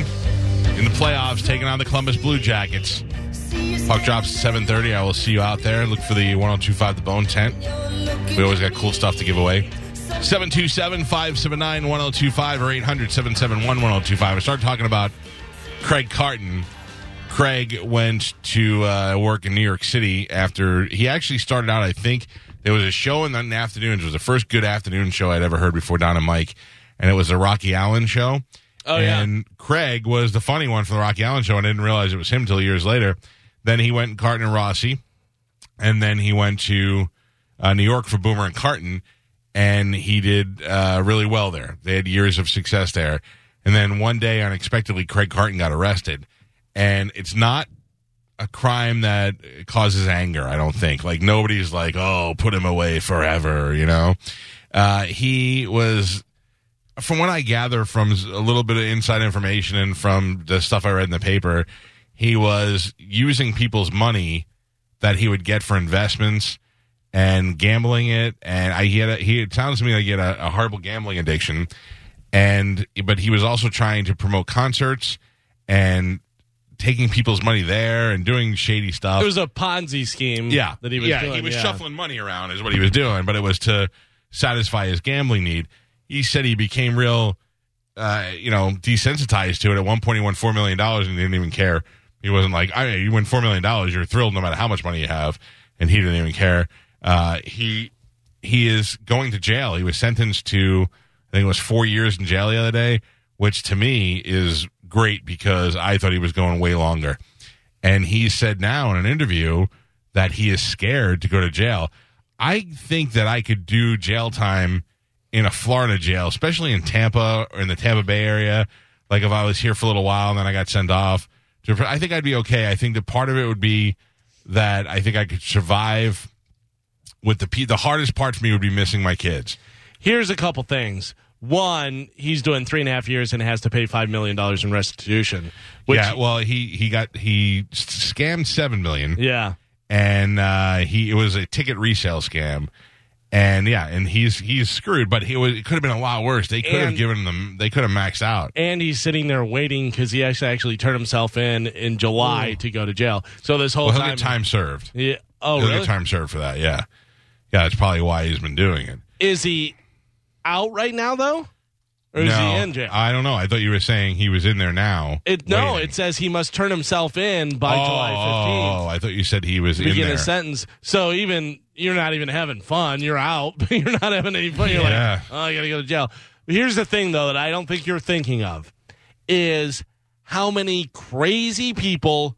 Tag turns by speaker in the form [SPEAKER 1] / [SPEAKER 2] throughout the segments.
[SPEAKER 1] in the playoffs taking on the Columbus Blue Jackets. Puck drops at 7.30. I will see you out there. Look for the 1025 The Bone tent. We always got cool stuff to give away. 727-579-1025 or 800-771-1025. I started talking about Craig Carton. Craig went to uh, work in New York City after he actually started out, I think, there was a show in the in the afternoons. It was the first good afternoon show I'd ever heard before Don and Mike, and it was the Rocky Allen show.
[SPEAKER 2] Oh, yeah.
[SPEAKER 1] and Craig was the funny one from the Rocky Allen show, and I didn't realize it was him till years later. Then he went Carton and Rossi, and then he went to uh, New York for Boomer and Carton, and he did uh, really well there. They had years of success there, and then one day, unexpectedly, Craig Carton got arrested, and it's not a crime that causes anger. I don't think like nobody's like, oh, put him away forever. You know, uh, he was from what I gather from s- a little bit of inside information and from the stuff I read in the paper, he was using people's money that he would get for investments and gambling it. And I, he had a, he it sounds to me like he had a, a horrible gambling addiction, and but he was also trying to promote concerts and taking people's money there and doing shady stuff.
[SPEAKER 2] It was a Ponzi scheme.
[SPEAKER 1] Yeah,
[SPEAKER 2] that he was
[SPEAKER 1] yeah
[SPEAKER 2] doing,
[SPEAKER 1] he was
[SPEAKER 2] yeah.
[SPEAKER 1] shuffling money around is what he was doing, but it was to satisfy his gambling need. He said he became real, uh, you know, desensitized to it. At one point, he won four million dollars and he didn't even care. He wasn't like, I mean, you win four million dollars, you're thrilled no matter how much money you have, and he didn't even care. Uh, he he is going to jail. He was sentenced to, I think it was four years in jail the other day, which to me is great because I thought he was going way longer. And he said now in an interview that he is scared to go to jail. I think that I could do jail time in a Florida jail, especially in Tampa or in the Tampa Bay area. Like if I was here for a little while and then I got sent off, to- I think I'd be okay. I think that part of it would be that I think I could survive with the pe- the hardest part for me would be missing my kids.
[SPEAKER 2] Here's a couple things. One, he's doing three and a half years and has to pay five million dollars in restitution. Which,
[SPEAKER 1] yeah, well, he he got he s- scammed seven million.
[SPEAKER 2] yeah.
[SPEAKER 1] and uh, he it was a ticket resale scam, and yeah, and he's he's screwed. But he was, it could have been a lot worse. They could have
[SPEAKER 2] And-
[SPEAKER 1] given them. They could have maxed out.
[SPEAKER 2] and he's sitting there waiting because he actually actually turned himself in in July to go to jail. So this whole
[SPEAKER 1] Well, he'll
[SPEAKER 2] time,
[SPEAKER 1] get time served.
[SPEAKER 2] Yeah. Oh,
[SPEAKER 1] he'll
[SPEAKER 2] really?
[SPEAKER 1] get time served for that. Yeah, yeah. That's probably why he's been doing it.
[SPEAKER 2] Is he out right now though, or is
[SPEAKER 1] No,
[SPEAKER 2] he in jail?
[SPEAKER 1] I don't know. I thought you were saying he was in there now.
[SPEAKER 2] it, no,
[SPEAKER 1] waiting.
[SPEAKER 2] it says he must turn himself in by
[SPEAKER 1] oh,
[SPEAKER 2] July
[SPEAKER 1] Oh,
[SPEAKER 2] fifteenth.
[SPEAKER 1] I thought you said he was in
[SPEAKER 2] Begin
[SPEAKER 1] there.
[SPEAKER 2] a sentence. So even you're not even having fun. You're out. you're not having any fun. You're
[SPEAKER 1] Yeah.
[SPEAKER 2] like, oh, I gotta go to jail. Here's the thing though that I don't think you're thinking of is how many crazy people,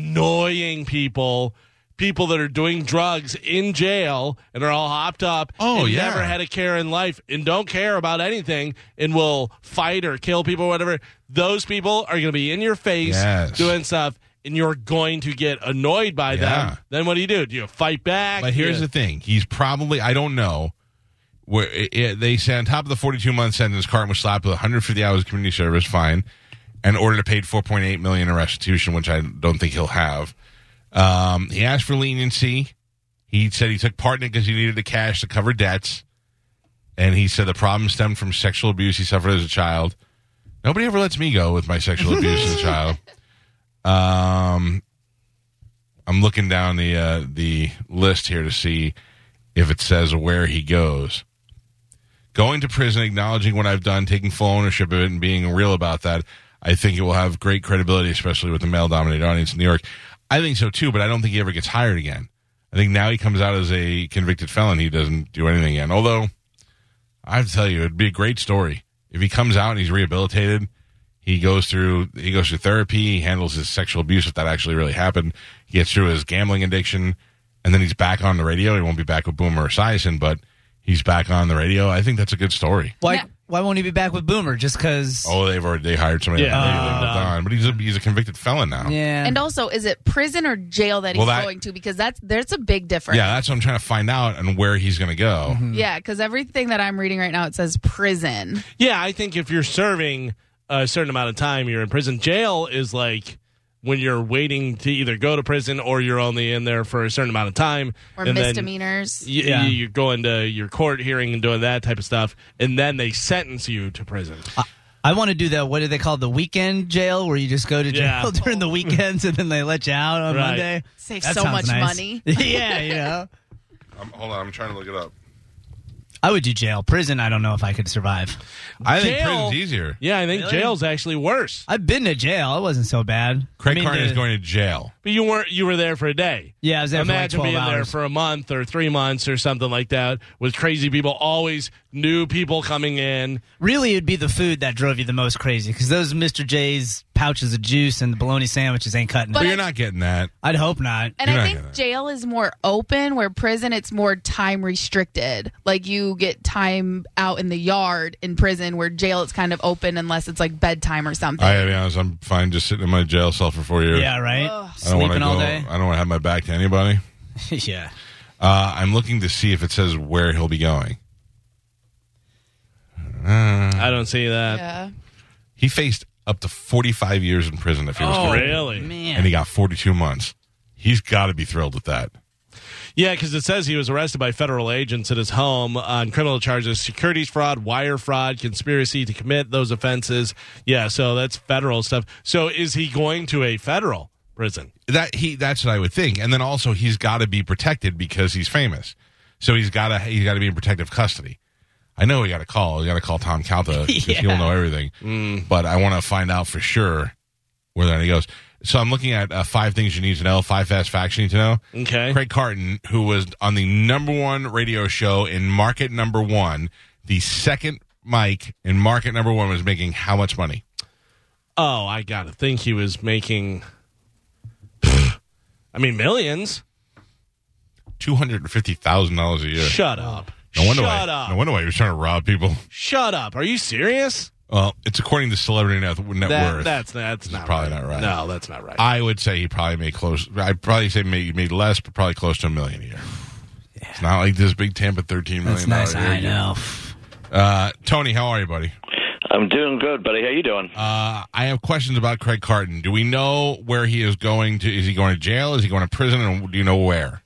[SPEAKER 2] annoying people, people that are doing drugs in jail and are all hopped up.
[SPEAKER 1] Oh,
[SPEAKER 2] and
[SPEAKER 1] yeah.
[SPEAKER 2] Never had a care in life and don't care about anything and will fight or kill people or whatever. Those people are going to be in your face
[SPEAKER 1] Yes.
[SPEAKER 2] doing stuff. And you're going to get annoyed by
[SPEAKER 1] Yeah.
[SPEAKER 2] them. Then what do you do? Do you fight back?
[SPEAKER 1] But here's
[SPEAKER 2] Yeah.
[SPEAKER 1] the thing: he's probably I don't know. Where it, it, they said on top of the 42 month sentence, Carton was slapped with 150 hours of community service fine, and ordered to pay 4.8 million in restitution, which I don't think he'll have. Um, he asked for leniency. He said he took part in it because he needed the cash to cover debts, and he said the problem stemmed from sexual abuse he suffered as a child. Nobody ever lets me go with my sexual abuse as a child. Um, I'm looking down the uh, the list here to see if it says where he goes. Going to prison, acknowledging what I've done, taking full ownership of it, and being real about that, I think it will have great credibility, especially with the male dominated audience in New York. I think so too, but I don't think he ever gets hired again. I think now he comes out as a convicted felon. He doesn't do anything again. Although, I have to tell you, it'd be a great story if he comes out and he's rehabilitated. He goes through he goes through therapy. He handles his sexual abuse if that actually really happened. He gets through his gambling addiction, and then he's back on the radio. He won't be back with Boomer or Sison, but he's back on the radio. I think that's a good story.
[SPEAKER 3] Why?
[SPEAKER 4] No.
[SPEAKER 3] Why won't he be back with Boomer? Just because?
[SPEAKER 1] Oh, they've already they hired somebody.
[SPEAKER 2] Yeah,
[SPEAKER 1] on the radio.
[SPEAKER 2] they've
[SPEAKER 1] They've
[SPEAKER 2] done.
[SPEAKER 1] done. but he's a, he's a convicted felon now.
[SPEAKER 3] yeah.
[SPEAKER 4] And also, is it prison or jail that he's
[SPEAKER 1] Well, that-
[SPEAKER 4] going to? Because that's there's a big difference.
[SPEAKER 1] Yeah, that's what I'm trying to find out and where he's going to go.
[SPEAKER 4] Yeah, because everything that I'm reading right now it says prison.
[SPEAKER 2] Yeah, I think if you're serving a certain amount of time, you're in prison. Jail is like when you're waiting to either go to prison or you're only in there for a certain amount of time.
[SPEAKER 4] Or
[SPEAKER 2] and then
[SPEAKER 4] misdemeanors.
[SPEAKER 2] y- y-
[SPEAKER 3] Yeah.
[SPEAKER 2] You're
[SPEAKER 3] Uh,
[SPEAKER 2] going to your court hearing and doing that type of stuff, and then they sentence you to prison.
[SPEAKER 3] I want to do the what do they call the weekend jail where you just go to jail
[SPEAKER 2] Yeah.
[SPEAKER 3] during the weekends and then they let you out on
[SPEAKER 2] Right.
[SPEAKER 3] Monday.
[SPEAKER 4] Save
[SPEAKER 3] That
[SPEAKER 4] so
[SPEAKER 3] sounds
[SPEAKER 4] much
[SPEAKER 3] nice.
[SPEAKER 4] money.
[SPEAKER 3] yeah, you know.
[SPEAKER 1] Um, hold on, I'm trying to look it up.
[SPEAKER 3] I would do jail. Prison, I don't know if I could survive.
[SPEAKER 1] I think
[SPEAKER 2] Jail.
[SPEAKER 1] prison's easier.
[SPEAKER 2] Yeah, I think
[SPEAKER 3] Really?
[SPEAKER 2] jail's actually worse.
[SPEAKER 3] I've been to jail. It wasn't so bad.
[SPEAKER 1] Craig
[SPEAKER 3] I mean,
[SPEAKER 1] Carton
[SPEAKER 3] the-
[SPEAKER 1] is going to jail.
[SPEAKER 2] But you weren't. You were there for a day.
[SPEAKER 3] Yeah, I was there for like
[SPEAKER 2] Imagine
[SPEAKER 3] 12
[SPEAKER 2] being there
[SPEAKER 3] hours.
[SPEAKER 2] for a month or three months or something like that with crazy people. Always new people coming in.
[SPEAKER 3] Really, it'd be the food that drove you the most crazy because those Mr. J's pouches of juice and the bologna sandwiches ain't cutting
[SPEAKER 1] But
[SPEAKER 4] But
[SPEAKER 3] it.
[SPEAKER 1] you're
[SPEAKER 4] I-
[SPEAKER 1] not getting that.
[SPEAKER 3] I'd hope not.
[SPEAKER 4] And
[SPEAKER 1] You're
[SPEAKER 4] I
[SPEAKER 1] not
[SPEAKER 4] think
[SPEAKER 1] gonna-
[SPEAKER 4] jail is more open, where prison it's more time restricted. Like you get time out in the yard in prison, where jail it's kind of open unless it's like bedtime or something.
[SPEAKER 1] I gotta be honest, I'm fine just sitting in my jail cell for four years.
[SPEAKER 3] Yeah, right?
[SPEAKER 1] I don't wanna
[SPEAKER 3] Sleeping all
[SPEAKER 1] go-
[SPEAKER 3] day.
[SPEAKER 1] I don't want to have my back to anybody.
[SPEAKER 3] yeah.
[SPEAKER 1] Uh, I'm looking to see if it says where he'll be going.
[SPEAKER 3] Mm.
[SPEAKER 2] I don't see that.
[SPEAKER 4] yeah.
[SPEAKER 1] He faced up to 45 years in prison if he was
[SPEAKER 2] Oh,
[SPEAKER 1] convicted.
[SPEAKER 2] really?
[SPEAKER 3] Man.
[SPEAKER 1] And he got 42 months. He's got to be thrilled with that.
[SPEAKER 2] Yeah, because it says he was arrested by federal agents at his home on criminal charges: securities fraud, wire fraud, conspiracy to commit those offenses. Yeah, so that's federal stuff. So is he going to a federal prison?
[SPEAKER 1] That he that's what I would think. And then also he's got to be protected because he's famous. So he's got to he's got to be in protective custody. I know he got to call. He got to call Tom Calta because he'll know everything.
[SPEAKER 2] Mm.
[SPEAKER 1] But I want to find out for sure where that he goes. So I'm looking at uh, five things you need to know, five fast facts you need to know.
[SPEAKER 2] Okay.
[SPEAKER 1] Craig Carton, who was on the number one radio show in market number one, the second mic in market number one was making how much money?
[SPEAKER 2] Oh, I gotta think he was making. I mean, millions.
[SPEAKER 1] Two hundred and fifty thousand dollars a year.
[SPEAKER 2] Shut up.
[SPEAKER 1] No wonder
[SPEAKER 2] Shut
[SPEAKER 1] why.
[SPEAKER 2] up.
[SPEAKER 1] No wonder why he was trying to rob people.
[SPEAKER 2] Shut up. Are you serious?
[SPEAKER 1] Well, it's according to celebrity net, net
[SPEAKER 2] That-
[SPEAKER 1] worth.
[SPEAKER 2] That's that's not
[SPEAKER 1] probably
[SPEAKER 2] right.
[SPEAKER 1] not right.
[SPEAKER 2] No, that's not right.
[SPEAKER 1] I would say he probably made close. I'd probably say maybe made less, but probably close to a million a year. It's not like this big Tampa thirteen
[SPEAKER 3] That's
[SPEAKER 1] million.
[SPEAKER 3] nice.
[SPEAKER 1] dollar
[SPEAKER 3] I
[SPEAKER 1] year.
[SPEAKER 3] know.
[SPEAKER 1] Uh, Tony, how are you, buddy?
[SPEAKER 5] I'm doing good, buddy. How you doing?
[SPEAKER 1] Uh, I have questions about Craig Carton. Do we know where he is going to? Is he going to jail? Is he going to prison? And do you know where?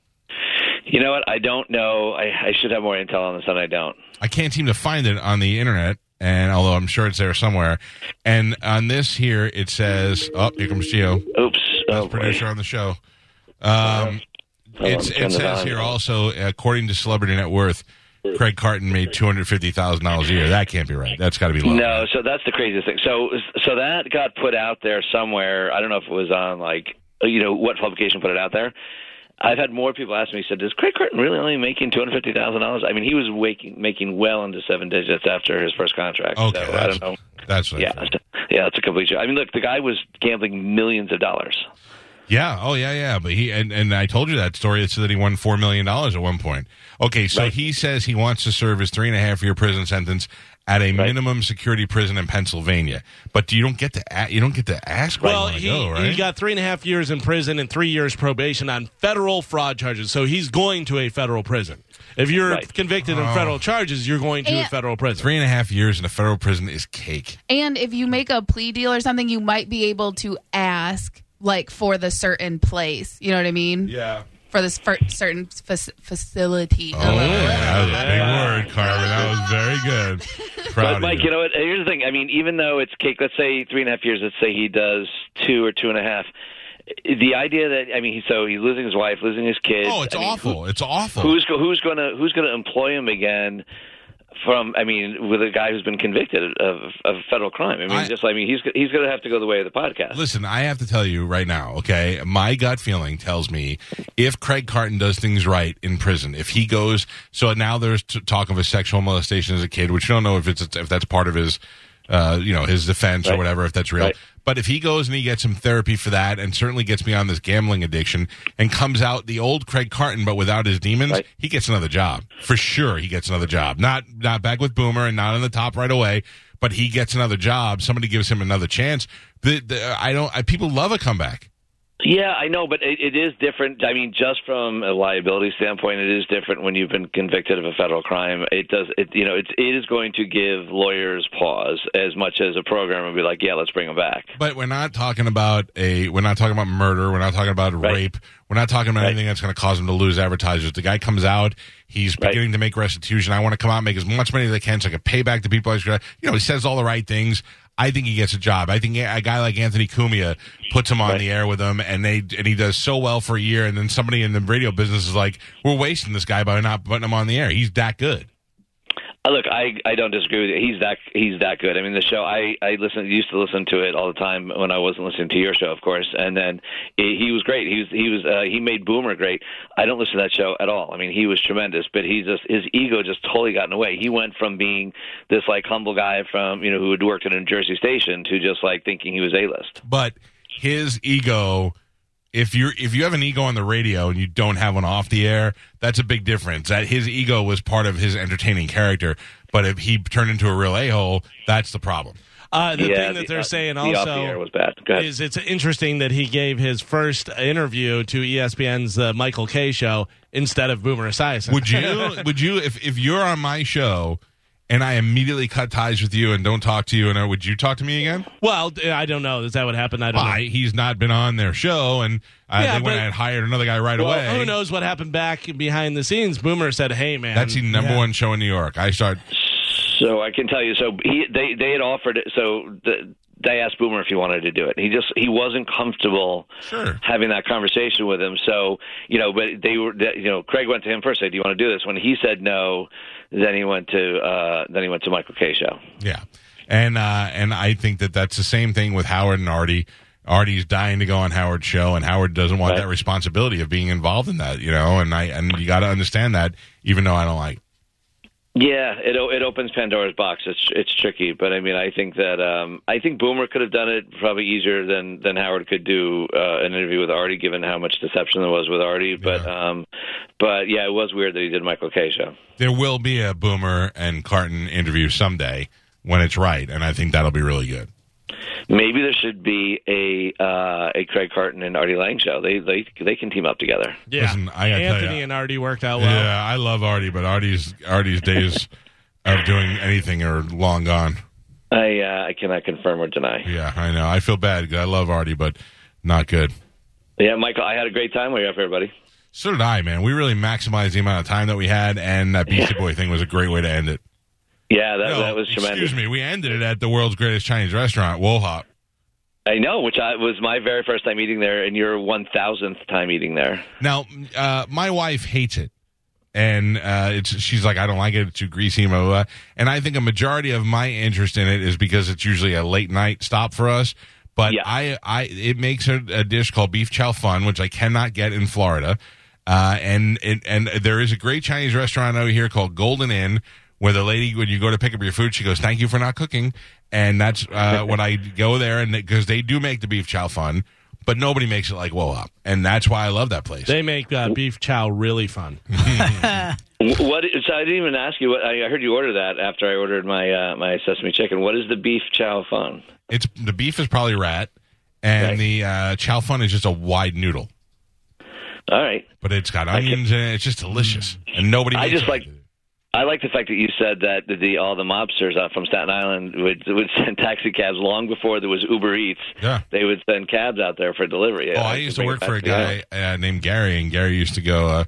[SPEAKER 5] you know what? I don't know. I, I should have more intel on this, and I don't.
[SPEAKER 1] I can't seem to find it on the internet. And although I'm sure it's there somewhere, and on this here it says, "Oh, here comes Geo,
[SPEAKER 5] Oops. Oh, boy.
[SPEAKER 1] producer on the show." Um,
[SPEAKER 5] Hold on,
[SPEAKER 1] it's,
[SPEAKER 5] turn
[SPEAKER 1] it
[SPEAKER 5] the
[SPEAKER 1] says
[SPEAKER 5] volume
[SPEAKER 1] here
[SPEAKER 5] down.
[SPEAKER 1] also, according to Celebrity Net Worth, Craig Carton made two hundred fifty thousand dollars a year. That can't be right. That's got to be low.
[SPEAKER 5] No, so that's the craziest thing. So, so that got put out there somewhere. I don't know if it was on like you know what publication put it out there. I've had more people ask me. Said, "Does Craig Curtin really only making two hundred fifty thousand dollars?" I mean, he was waking, making well into seven digits after his first contract.
[SPEAKER 1] Okay,
[SPEAKER 5] so I
[SPEAKER 1] that's,
[SPEAKER 5] don't know.
[SPEAKER 1] that's what I
[SPEAKER 5] Yeah,
[SPEAKER 1] thought.
[SPEAKER 5] yeah, it's a complete. joke. I mean, look, the guy was gambling millions of dollars.
[SPEAKER 1] Yeah. Oh, yeah, yeah. But he and, and I told you that story. It said that he won four million dollars at one point. Okay, so
[SPEAKER 5] Right.
[SPEAKER 1] he says he wants to serve his three and a half year prison sentence at a minimum security prison in Pennsylvania. But you don't get to a- you don't get to ask where
[SPEAKER 2] well,
[SPEAKER 1] you
[SPEAKER 2] he,
[SPEAKER 1] want to go, right?
[SPEAKER 2] he got three and a half years in prison and three years probation on federal fraud charges. So he's going to a federal prison. If you're
[SPEAKER 5] Right.
[SPEAKER 2] convicted
[SPEAKER 1] Oh.
[SPEAKER 2] of federal charges, you're going to a
[SPEAKER 4] And-
[SPEAKER 2] federal prison.
[SPEAKER 1] three and a half years in a federal prison is cake.
[SPEAKER 4] And if you make a plea deal or something, you might be able to ask like for the certain place. You know what I mean?
[SPEAKER 1] Yeah.
[SPEAKER 4] For this fir- certain fac- facility.
[SPEAKER 1] Oh, that was a big word, Carver. That was very good. Proud
[SPEAKER 5] But Mike,
[SPEAKER 1] of
[SPEAKER 5] you know what? Here's the thing. I mean, even though it's cake, let's say three and a half years. Let's say he does two or two and a half. The idea that I mean, so he's losing his wife, losing his kids.
[SPEAKER 1] oh, it's
[SPEAKER 5] I mean,
[SPEAKER 1] awful. it's awful.
[SPEAKER 5] who's go- who's going to who's going to employ him again? From I mean, with a guy who's been convicted of of federal crime. I mean,
[SPEAKER 1] I-
[SPEAKER 5] just I mean, he's he's going to have to go the way of the podcast.
[SPEAKER 1] Listen, I have to tell you right now, okay? My gut feeling tells me if Craig Carton does things right in prison, if he goes, so now there's t- talk of a sexual molestation as a kid, which you don't know if it's if that's part of his, uh, you know, his defense or
[SPEAKER 5] Right.
[SPEAKER 1] whatever, if that's real.
[SPEAKER 5] Right.
[SPEAKER 1] But if he goes and he gets some therapy for that, and certainly gets beyond this gambling addiction, and comes out the old Craig Carton but without his demons,
[SPEAKER 5] Right.
[SPEAKER 1] he gets another job for sure. He gets another job. Not not back with Boomer and not on the top right away, but he gets another job. Somebody gives him another chance. The, the, I don't. I, people love a comeback.
[SPEAKER 5] Yeah, I know, but it, it is different. I mean, just from a liability standpoint, it is different when you've been convicted of a federal crime. It does, it, you know, it's, it is going to give lawyers pause as much as a program would be like, yeah, let's bring them back.
[SPEAKER 1] But we're not talking about a. We're not talking about murder. We're not talking about
[SPEAKER 5] Right.
[SPEAKER 1] rape. We're not talking about
[SPEAKER 5] Right.
[SPEAKER 1] anything that's going to cause him to lose advertisers. The guy comes out. He's
[SPEAKER 5] Right.
[SPEAKER 1] beginning to make restitution. I want to come out and make as much money as I can so I can pay back the people I screwed. You know, he says all the right things. I think he gets a job. I think a a guy like Anthony Cumia puts him on the air with him, and they and he does so well for a year, and then somebody in the radio business is like, "We're wasting this guy by not putting him on the air. He's that good."
[SPEAKER 5] Uh, Look, I I don't disagree with you. He's that he's that good. I mean, the show I I listen used to listen to it all the time when I wasn't listening to your show, of course. And then he, he was great. He was he was uh, he made Boomer great. I don't listen to that show at all. I mean, he was tremendous, but he just his ego just totally got in the way. He went from being this like humble guy from you know who had worked at a New Jersey station to just like thinking he was a list.
[SPEAKER 1] but his ego if you are if you have an ego on the radio and you don't have one off the air that's a big difference that his ego was part of his entertaining character but if he turned into a real a-hole that's the problem
[SPEAKER 2] Uh, the
[SPEAKER 5] yeah,
[SPEAKER 2] thing that they're
[SPEAKER 5] uh,
[SPEAKER 2] saying
[SPEAKER 5] the
[SPEAKER 2] also
[SPEAKER 5] off the air was bad. Go ahead.
[SPEAKER 2] is it's interesting that he gave his first interview to ESPN's uh, Michael K show instead of Boomer Esiason.
[SPEAKER 1] would you would you if, if you're on my show and i immediately cut ties with you and don't talk to you and I, would you talk to me again
[SPEAKER 2] well, d- I don't know. Is that what happened? I don't
[SPEAKER 1] why he's not been on their show and uh,
[SPEAKER 2] Yeah,
[SPEAKER 1] they went
[SPEAKER 2] but-
[SPEAKER 1] and hired another guy right
[SPEAKER 2] know.
[SPEAKER 1] away
[SPEAKER 2] Well, who knows what happened back behind the scenes? Boomer said, "Hey, man,
[SPEAKER 1] that's the number
[SPEAKER 3] Yeah.
[SPEAKER 1] one show in new york i start
[SPEAKER 5] So I can tell you. So he, they they had offered it. So the, they asked Boomer if he wanted to do it. He just he wasn't comfortable
[SPEAKER 1] Sure.
[SPEAKER 5] having that conversation with him. So you know, but they were that- you know Craig went to him first. Say, do you want to do this? When he said no, then he went to uh, then he went to Michael K show.
[SPEAKER 1] Yeah, and uh, and I think that that's the same thing with Howard and Artie. Artie's dying to go on Howard's show, and Howard doesn't want
[SPEAKER 5] Right.
[SPEAKER 1] that responsibility of being involved in that, you know. And I and you got to understand that, even though I don't like.
[SPEAKER 5] Yeah, it o- it opens Pandora's box. It's it's tricky, but I mean, I think that um, I think Boomer could have done it probably easier than than Howard could do uh, an interview with Artie, given how much deception there was with Artie. But um, but yeah, it was weird that he did Michael K show.
[SPEAKER 1] There will be a Boomer and Carton interview someday when it's right, and I think that'll be really good.
[SPEAKER 5] Maybe there should be a uh, a Craig Carton and Artie Lang show. They they they can team up together.
[SPEAKER 2] yeah."
[SPEAKER 1] Listen, I gotta tell
[SPEAKER 2] Anthony
[SPEAKER 1] ya.
[SPEAKER 2] and Artie worked out well.
[SPEAKER 1] yeah, I love Artie, but Artie's Artie's days of doing anything are long gone.
[SPEAKER 5] I uh, I cannot confirm or deny.
[SPEAKER 1] Yeah, I know. I feel bad 'cause I love Artie, but not good.
[SPEAKER 5] Yeah, Michael, I had a great time. What are you up, everybody?
[SPEAKER 1] So did I, man. We really maximized the amount of time that we had, and that Beastie Boy thing was a great way to end it.
[SPEAKER 5] Yeah, that
[SPEAKER 1] No,
[SPEAKER 5] that was tremendous.
[SPEAKER 1] Excuse me. We ended it at the world's greatest Chinese restaurant, Wohop.
[SPEAKER 5] I know, which I was my very first time eating there, and your one thousandth time eating there.
[SPEAKER 1] Now, uh, my wife hates it, and uh, it's she's like, I don't like it. It's too greasy, blah, blah, blah. And I think a majority of my interest in it is because it's usually a late night stop for us. But
[SPEAKER 5] Yeah.
[SPEAKER 1] I, I, it makes a, a dish called beef chow fun, which I cannot get in Florida. Uh, and it, and there is a great Chinese restaurant over here called Golden Inn, where the lady, when you go to pick up your food, she goes, "Thank you for not cooking." And that's uh, when I go there, and because they do make the beef chow fun, but nobody makes it like Wohop, and that's why I love that place.
[SPEAKER 2] They make uh, beef chow really fun.
[SPEAKER 5] Wh- What? So I didn't even ask you. What I I heard you order that after I ordered my uh, my sesame chicken. What is the beef chow fun?
[SPEAKER 1] It's the beef is probably rat, and
[SPEAKER 5] Right.
[SPEAKER 1] the uh, chow fun is just a wide noodle,
[SPEAKER 5] All right.
[SPEAKER 1] but it's got onions in it. It's just delicious, and nobody.
[SPEAKER 5] I
[SPEAKER 1] Makes
[SPEAKER 5] just
[SPEAKER 1] it
[SPEAKER 5] like- I like the fact that you said that the all the mobsters out from Staten Island would would send taxi cabs long before there was Uber Eats.
[SPEAKER 1] Yeah.
[SPEAKER 5] They would send cabs out there for delivery.
[SPEAKER 1] Oh,
[SPEAKER 5] like
[SPEAKER 1] I used to
[SPEAKER 5] bring
[SPEAKER 1] work
[SPEAKER 5] it
[SPEAKER 1] for a
[SPEAKER 5] back the
[SPEAKER 1] guy uh, named Gary, and Gary used to go, uh,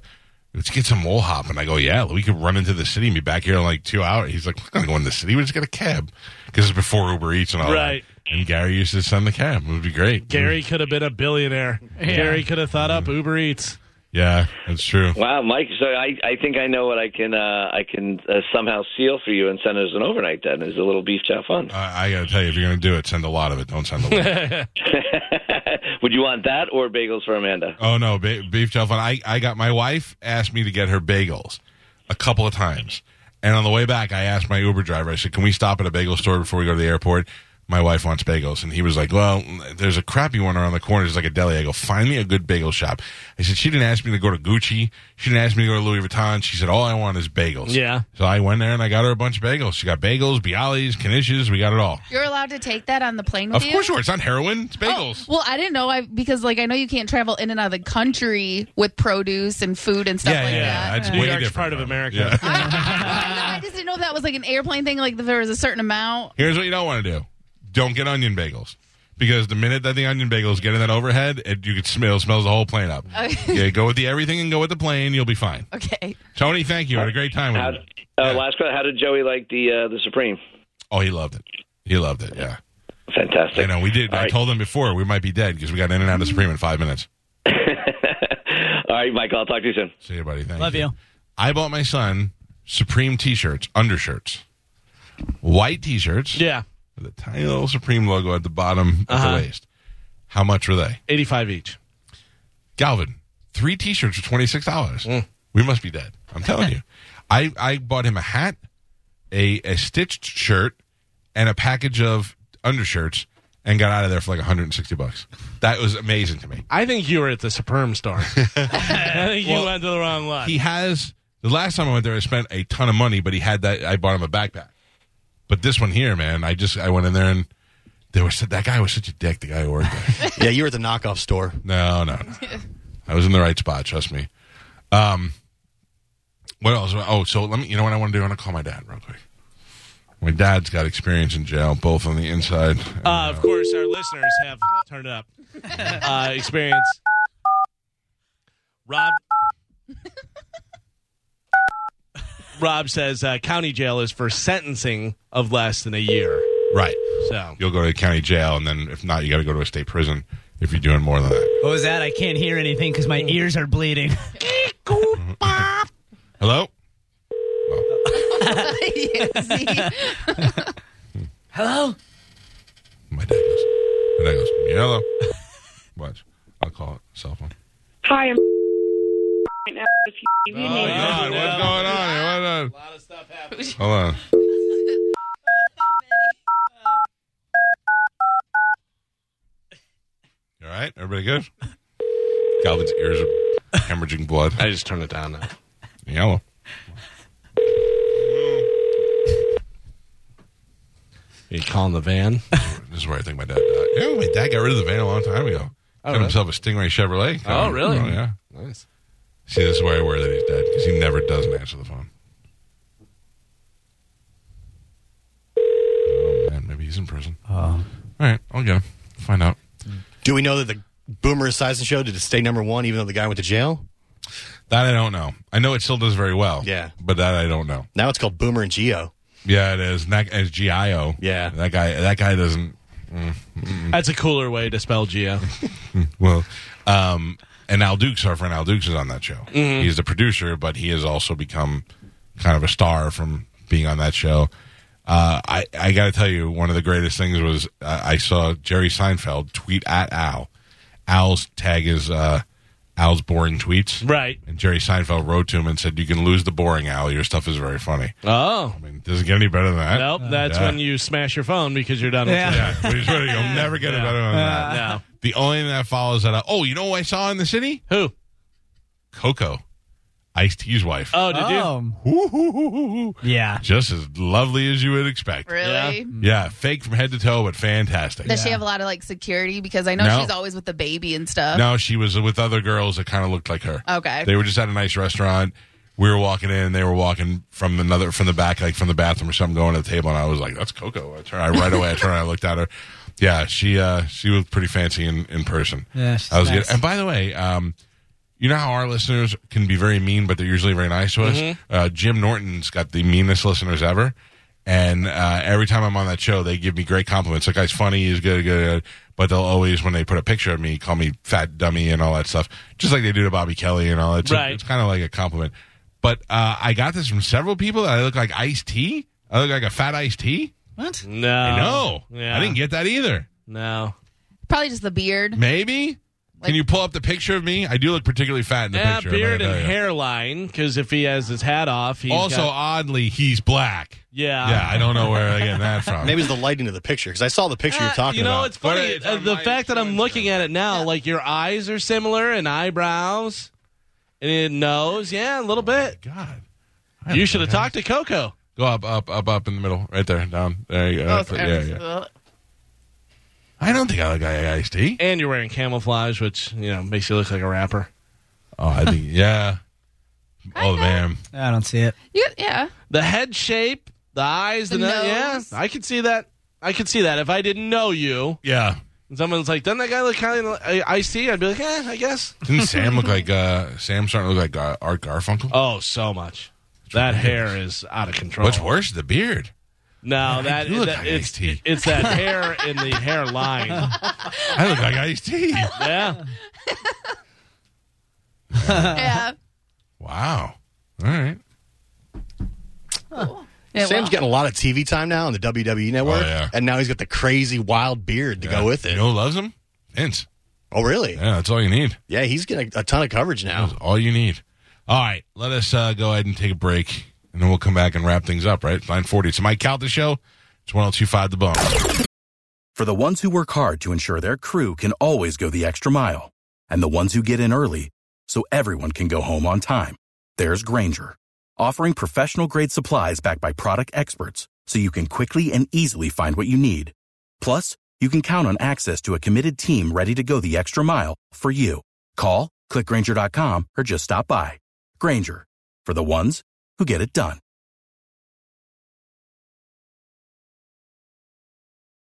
[SPEAKER 1] "Let's get some mole hop," and I go, "Yeah, we could run into the city and be back here in like two hours." He's like, "We're gonna go in the city. We just get a cab because it's before Uber Eats and all
[SPEAKER 2] Right.
[SPEAKER 1] that." And Gary used to send the cab. It would be great.
[SPEAKER 2] Gary could have been a billionaire. Gary could have thought up Uber Eats.
[SPEAKER 1] Yeah, that's true.
[SPEAKER 5] Wow, Mike. So I, I think I know what I can uh, I can uh, somehow seal for you and send as an overnight. Then is a little beef chow fun.
[SPEAKER 1] Uh, I gotta tell you, if you're gonna do it, send a lot of it. Don't send a little.
[SPEAKER 5] would you want that or bagels for Amanda?
[SPEAKER 1] Oh no, ba- beef chow fun. I I got my wife asked me to get her bagels a couple of times, and on the way back, I asked my Uber driver. I said, "Can we stop at a bagel store before we go to the airport?" My wife wants bagels, and he was like, "Well, there's a crappy one around the corner. There's like a deli." I go, "Find me a good bagel shop." I said, "She didn't ask me to go to Gucci. She didn't ask me to go to Louis Vuitton. She said all I want is bagels."
[SPEAKER 2] Yeah.
[SPEAKER 1] So I went there and I got her a bunch of bagels. She got bagels, Bialys, Knishes. We got it all.
[SPEAKER 4] You're allowed to take that on the plane with
[SPEAKER 1] Of
[SPEAKER 4] you?
[SPEAKER 1] course, you are. It's not heroin. It's bagels.
[SPEAKER 4] Oh, well, I didn't know I because like I know you can't travel in and out of the country with produce and food and stuff
[SPEAKER 1] Yeah,
[SPEAKER 4] like
[SPEAKER 1] yeah,
[SPEAKER 4] that.
[SPEAKER 1] that's
[SPEAKER 4] Uh,
[SPEAKER 2] New
[SPEAKER 1] Way
[SPEAKER 2] York's
[SPEAKER 1] different,
[SPEAKER 2] part of
[SPEAKER 1] though.
[SPEAKER 2] America.
[SPEAKER 1] Yeah.
[SPEAKER 4] I, know, I just didn't know if that was like an airplane thing. Like if there was a certain amount.
[SPEAKER 1] Here's what you don't want to do: don't get onion bagels because the minute that the onion bagels get in that overhead, it, you can smell it smells the whole plane up.
[SPEAKER 4] Okay.
[SPEAKER 1] yeah, go with the everything and go with the plane. You'll be fine.
[SPEAKER 4] Okay.
[SPEAKER 1] Tony, thank you. I had a great time
[SPEAKER 5] How,
[SPEAKER 1] with you.
[SPEAKER 5] uh, Last question: How did Joey like the uh, the Supreme?
[SPEAKER 1] Oh, he loved it. He loved it. Yeah.
[SPEAKER 5] Fantastic.
[SPEAKER 1] I know we did.
[SPEAKER 5] All
[SPEAKER 1] I
[SPEAKER 5] right.
[SPEAKER 1] told them before we might be dead because we got in and out of Supreme in five minutes.
[SPEAKER 5] All right, Michael. I'll talk to you soon.
[SPEAKER 1] See you, buddy. Thank
[SPEAKER 3] Love you.
[SPEAKER 1] I bought my son Supreme T-shirts, undershirts, white T-shirts
[SPEAKER 2] Yeah,
[SPEAKER 1] with a tiny little Supreme logo at the bottom of
[SPEAKER 2] Uh-huh.
[SPEAKER 1] the waist. How much were they,
[SPEAKER 2] eighty-five each.
[SPEAKER 1] Galvin? Three T-shirts for twenty six dollars. We must be dead. I'm telling you. I I bought him a hat, a a stitched shirt, and a package of undershirts, and got out of there for like 160 bucks. That was amazing to me.
[SPEAKER 2] I think you were at the Superm store. I think you went to the wrong lot.
[SPEAKER 1] he has the last time I went there, I spent a ton of money, but he had that. I bought him a backpack. But this one here, man, I just I went in there and there was that guy was such a dick. The guy who worked there.
[SPEAKER 6] Yeah, you were at the knockoff store.
[SPEAKER 1] no, no, no. I was in the right spot. Trust me. Um, what else? Oh, so let me. You know what I want to do? I want to call my dad real quick. My dad's got experience in jail, both on the inside. and,
[SPEAKER 2] Uh, of course, our listeners have turned up uh, experience. Rob. Rob says uh, county jail is for sentencing of less than a year.
[SPEAKER 1] right.
[SPEAKER 2] So
[SPEAKER 1] You'll go to the county jail, and then if not, you got to go to a state prison if you're doing more than that.
[SPEAKER 3] What was that? I can't hear anything because my ears are bleeding.
[SPEAKER 1] Hello.
[SPEAKER 4] Yeah, see?
[SPEAKER 3] Hello?
[SPEAKER 1] My dad goes, my dad goes, yellow. Watch. I'll call it cell phone.
[SPEAKER 7] Hi, I'm right now. If you need me.
[SPEAKER 1] God, what's going on here? What on?
[SPEAKER 2] lot of stuff happened.
[SPEAKER 1] Hold on.
[SPEAKER 2] uh,
[SPEAKER 1] You all right? Everybody good? Galvin's ears are hemorrhaging blood.
[SPEAKER 2] I just turned it down now.
[SPEAKER 1] Yellow.
[SPEAKER 2] Are you calling the van?
[SPEAKER 1] This is where I think my dad died. Yeah, my dad got rid of the van a long time ago. Got himself a Stingray Chevrolet.
[SPEAKER 2] Oh, really?
[SPEAKER 1] Oh, yeah.
[SPEAKER 2] nice.
[SPEAKER 1] See, this is why I worry that he's dead because he never doesn't answer the phone. Oh man, maybe he's in prison. All right, I'll get him. Find out.
[SPEAKER 6] Do we know that the Boomer Esiason show did it stay number one, even though the guy went to jail?
[SPEAKER 1] That I don't know. I know it still does very well.
[SPEAKER 6] Yeah.
[SPEAKER 1] but that I don't know.
[SPEAKER 6] Now it's called Boomer and Geo.
[SPEAKER 1] Yeah, it is. And that as GIO.
[SPEAKER 6] Yeah.
[SPEAKER 1] that guy. That guy doesn't.
[SPEAKER 2] That's a cooler way to spell Geo.
[SPEAKER 1] Well, um, and Al Dukes, our friend Al Dukes, is on that show.
[SPEAKER 2] Mm-hmm.
[SPEAKER 1] He's the producer, but he has also become kind of a star from being on that show. Uh, I, I got to tell you, one of the greatest things was uh, I saw Jerry Seinfeld tweet at Al. Al's tag is uh, Al's boring tweets.
[SPEAKER 2] Right.
[SPEAKER 1] And Jerry Seinfeld wrote to him and said, You can lose the boring, Al. Your stuff is very funny.
[SPEAKER 2] Oh.
[SPEAKER 1] I mean, does it get any better than that?
[SPEAKER 2] Nope. That's when you smash your phone because you're done with
[SPEAKER 3] Yeah.
[SPEAKER 2] it.
[SPEAKER 1] Uh, Yeah, we just ready. You'll never get it better than that.
[SPEAKER 2] No.
[SPEAKER 1] The only thing that follows that up, oh, you know who I saw in the city?
[SPEAKER 2] Who?
[SPEAKER 1] Coco, Ice T's wife.
[SPEAKER 2] Oh, did you?
[SPEAKER 3] Oh.
[SPEAKER 1] Ooh,
[SPEAKER 3] Yeah.
[SPEAKER 1] Just as lovely as you would expect.
[SPEAKER 4] really?
[SPEAKER 1] Yeah, fake from head to toe, but fantastic.
[SPEAKER 4] Does she have a lot of like security? Because I know
[SPEAKER 1] No.
[SPEAKER 4] she's always with the baby and stuff.
[SPEAKER 1] No, she was with other girls that kind of looked like her.
[SPEAKER 4] Okay.
[SPEAKER 1] They were just at a nice restaurant. We were walking in, and they were walking from another from the back, like from the bathroom or something, going to the table, and I was like, "That's Coco." I turned, I right away, I turned, and I looked at her. Yeah, she uh, she was pretty fancy in, in person.
[SPEAKER 3] Yeah, she's
[SPEAKER 1] I was
[SPEAKER 3] nice.
[SPEAKER 1] good. And by the way, um, you know how our listeners can be very mean, but they're usually very nice to us.
[SPEAKER 2] Mm-hmm.
[SPEAKER 1] Uh, Jim Norton's got the meanest listeners ever, and uh, every time I'm on that show, they give me great compliments. That guy's funny, he's good, good, good. But they'll always, when they put a picture of me, call me fat dummy and all that stuff, just like they do to Bobby Kelly and all that. So
[SPEAKER 2] Right.
[SPEAKER 1] It's kind of like a compliment. But uh, I got this from several people that I look like iced tea. I look like a fat iced tea.
[SPEAKER 3] What?
[SPEAKER 2] No.
[SPEAKER 1] no,
[SPEAKER 2] Oh, Yeah.
[SPEAKER 1] I didn't get that either.
[SPEAKER 2] No.
[SPEAKER 4] Probably just the beard.
[SPEAKER 1] Maybe. Can you pull up the picture of me? I do look particularly fat in the
[SPEAKER 2] Yeah,
[SPEAKER 1] picture. I'm
[SPEAKER 2] beard
[SPEAKER 1] not gonna
[SPEAKER 2] and
[SPEAKER 1] tell you.
[SPEAKER 2] hairline. Because if he has his hat off, he's
[SPEAKER 1] Also,
[SPEAKER 2] got-
[SPEAKER 1] oddly, he's black.
[SPEAKER 2] yeah,
[SPEAKER 1] yeah, I don't know where I get that from.
[SPEAKER 6] Maybe it's the lighting of the picture because I saw the picture you're
[SPEAKER 2] Ah,
[SPEAKER 6] talking
[SPEAKER 2] you know,
[SPEAKER 6] about.
[SPEAKER 2] it's funny.
[SPEAKER 1] But it's
[SPEAKER 2] uh,
[SPEAKER 1] on
[SPEAKER 2] the
[SPEAKER 1] my
[SPEAKER 2] fact that I'm
[SPEAKER 1] choice,
[SPEAKER 2] looking at it now, like your eyes are similar and eyebrows and your nose, yeah, a little bit.
[SPEAKER 1] God.
[SPEAKER 2] You should have talked to Coco.
[SPEAKER 1] Go up, up, up, up in the middle, right there, down there. You go.
[SPEAKER 4] Oh,
[SPEAKER 1] That's it. yeah, yeah.
[SPEAKER 4] Ugh.
[SPEAKER 1] I don't think I look like iced tea.
[SPEAKER 2] And you're wearing camouflage, which you know makes you look like a rapper.
[SPEAKER 1] Oh, I think yeah. Oh man,
[SPEAKER 3] I don't see it.
[SPEAKER 4] You, yeah.
[SPEAKER 2] The head shape, the eyes, the,
[SPEAKER 4] The
[SPEAKER 2] no- yeah,
[SPEAKER 4] nose.
[SPEAKER 2] I could see that. I could see that. If I didn't know you,
[SPEAKER 1] yeah.
[SPEAKER 2] and someone's like, "Doesn't that guy look kind of I see?" I'd be like, "Eh, I guess."
[SPEAKER 1] Didn't Sam look like uh, Sam starting to look like uh, Art Garfunkel?
[SPEAKER 2] Oh, so much. That hair is out of control.
[SPEAKER 1] What's worse, the beard.
[SPEAKER 8] No, that,
[SPEAKER 1] you look
[SPEAKER 8] that-
[SPEAKER 1] like
[SPEAKER 8] it's
[SPEAKER 1] Ice-T.
[SPEAKER 8] it- it's that hair in the hairline.
[SPEAKER 1] I look like iced tea.
[SPEAKER 8] Yeah,
[SPEAKER 4] yeah.
[SPEAKER 1] Wow. All right.
[SPEAKER 4] Yeah,
[SPEAKER 6] Sam's
[SPEAKER 4] well,
[SPEAKER 6] getting a lot of TV time now on the WWE network,
[SPEAKER 1] Oh, yeah.
[SPEAKER 6] and now he's got the crazy wild beard to go with it.
[SPEAKER 1] You know who loves him? Vince.
[SPEAKER 6] Oh, really?
[SPEAKER 1] Yeah, that's all you need.
[SPEAKER 6] Yeah, he's getting a ton of coverage now.
[SPEAKER 1] That's all you need. All right, let us uh, go ahead and take a break, and then we'll come back and wrap things up, right? 940. It's the Mike Calta Show. It's 1025 The Bone.
[SPEAKER 2] For the ones who work hard to ensure their crew can always go the extra mile, and the ones who get in early so everyone can go home on time, there's Granger, offering professional grade supplies backed by product experts so you can quickly and easily find what you need. Plus, you can count on access to a committed team ready to go the extra mile for you. Call, clickgranger.com, or just stop by. Granger, for the ones who get it done.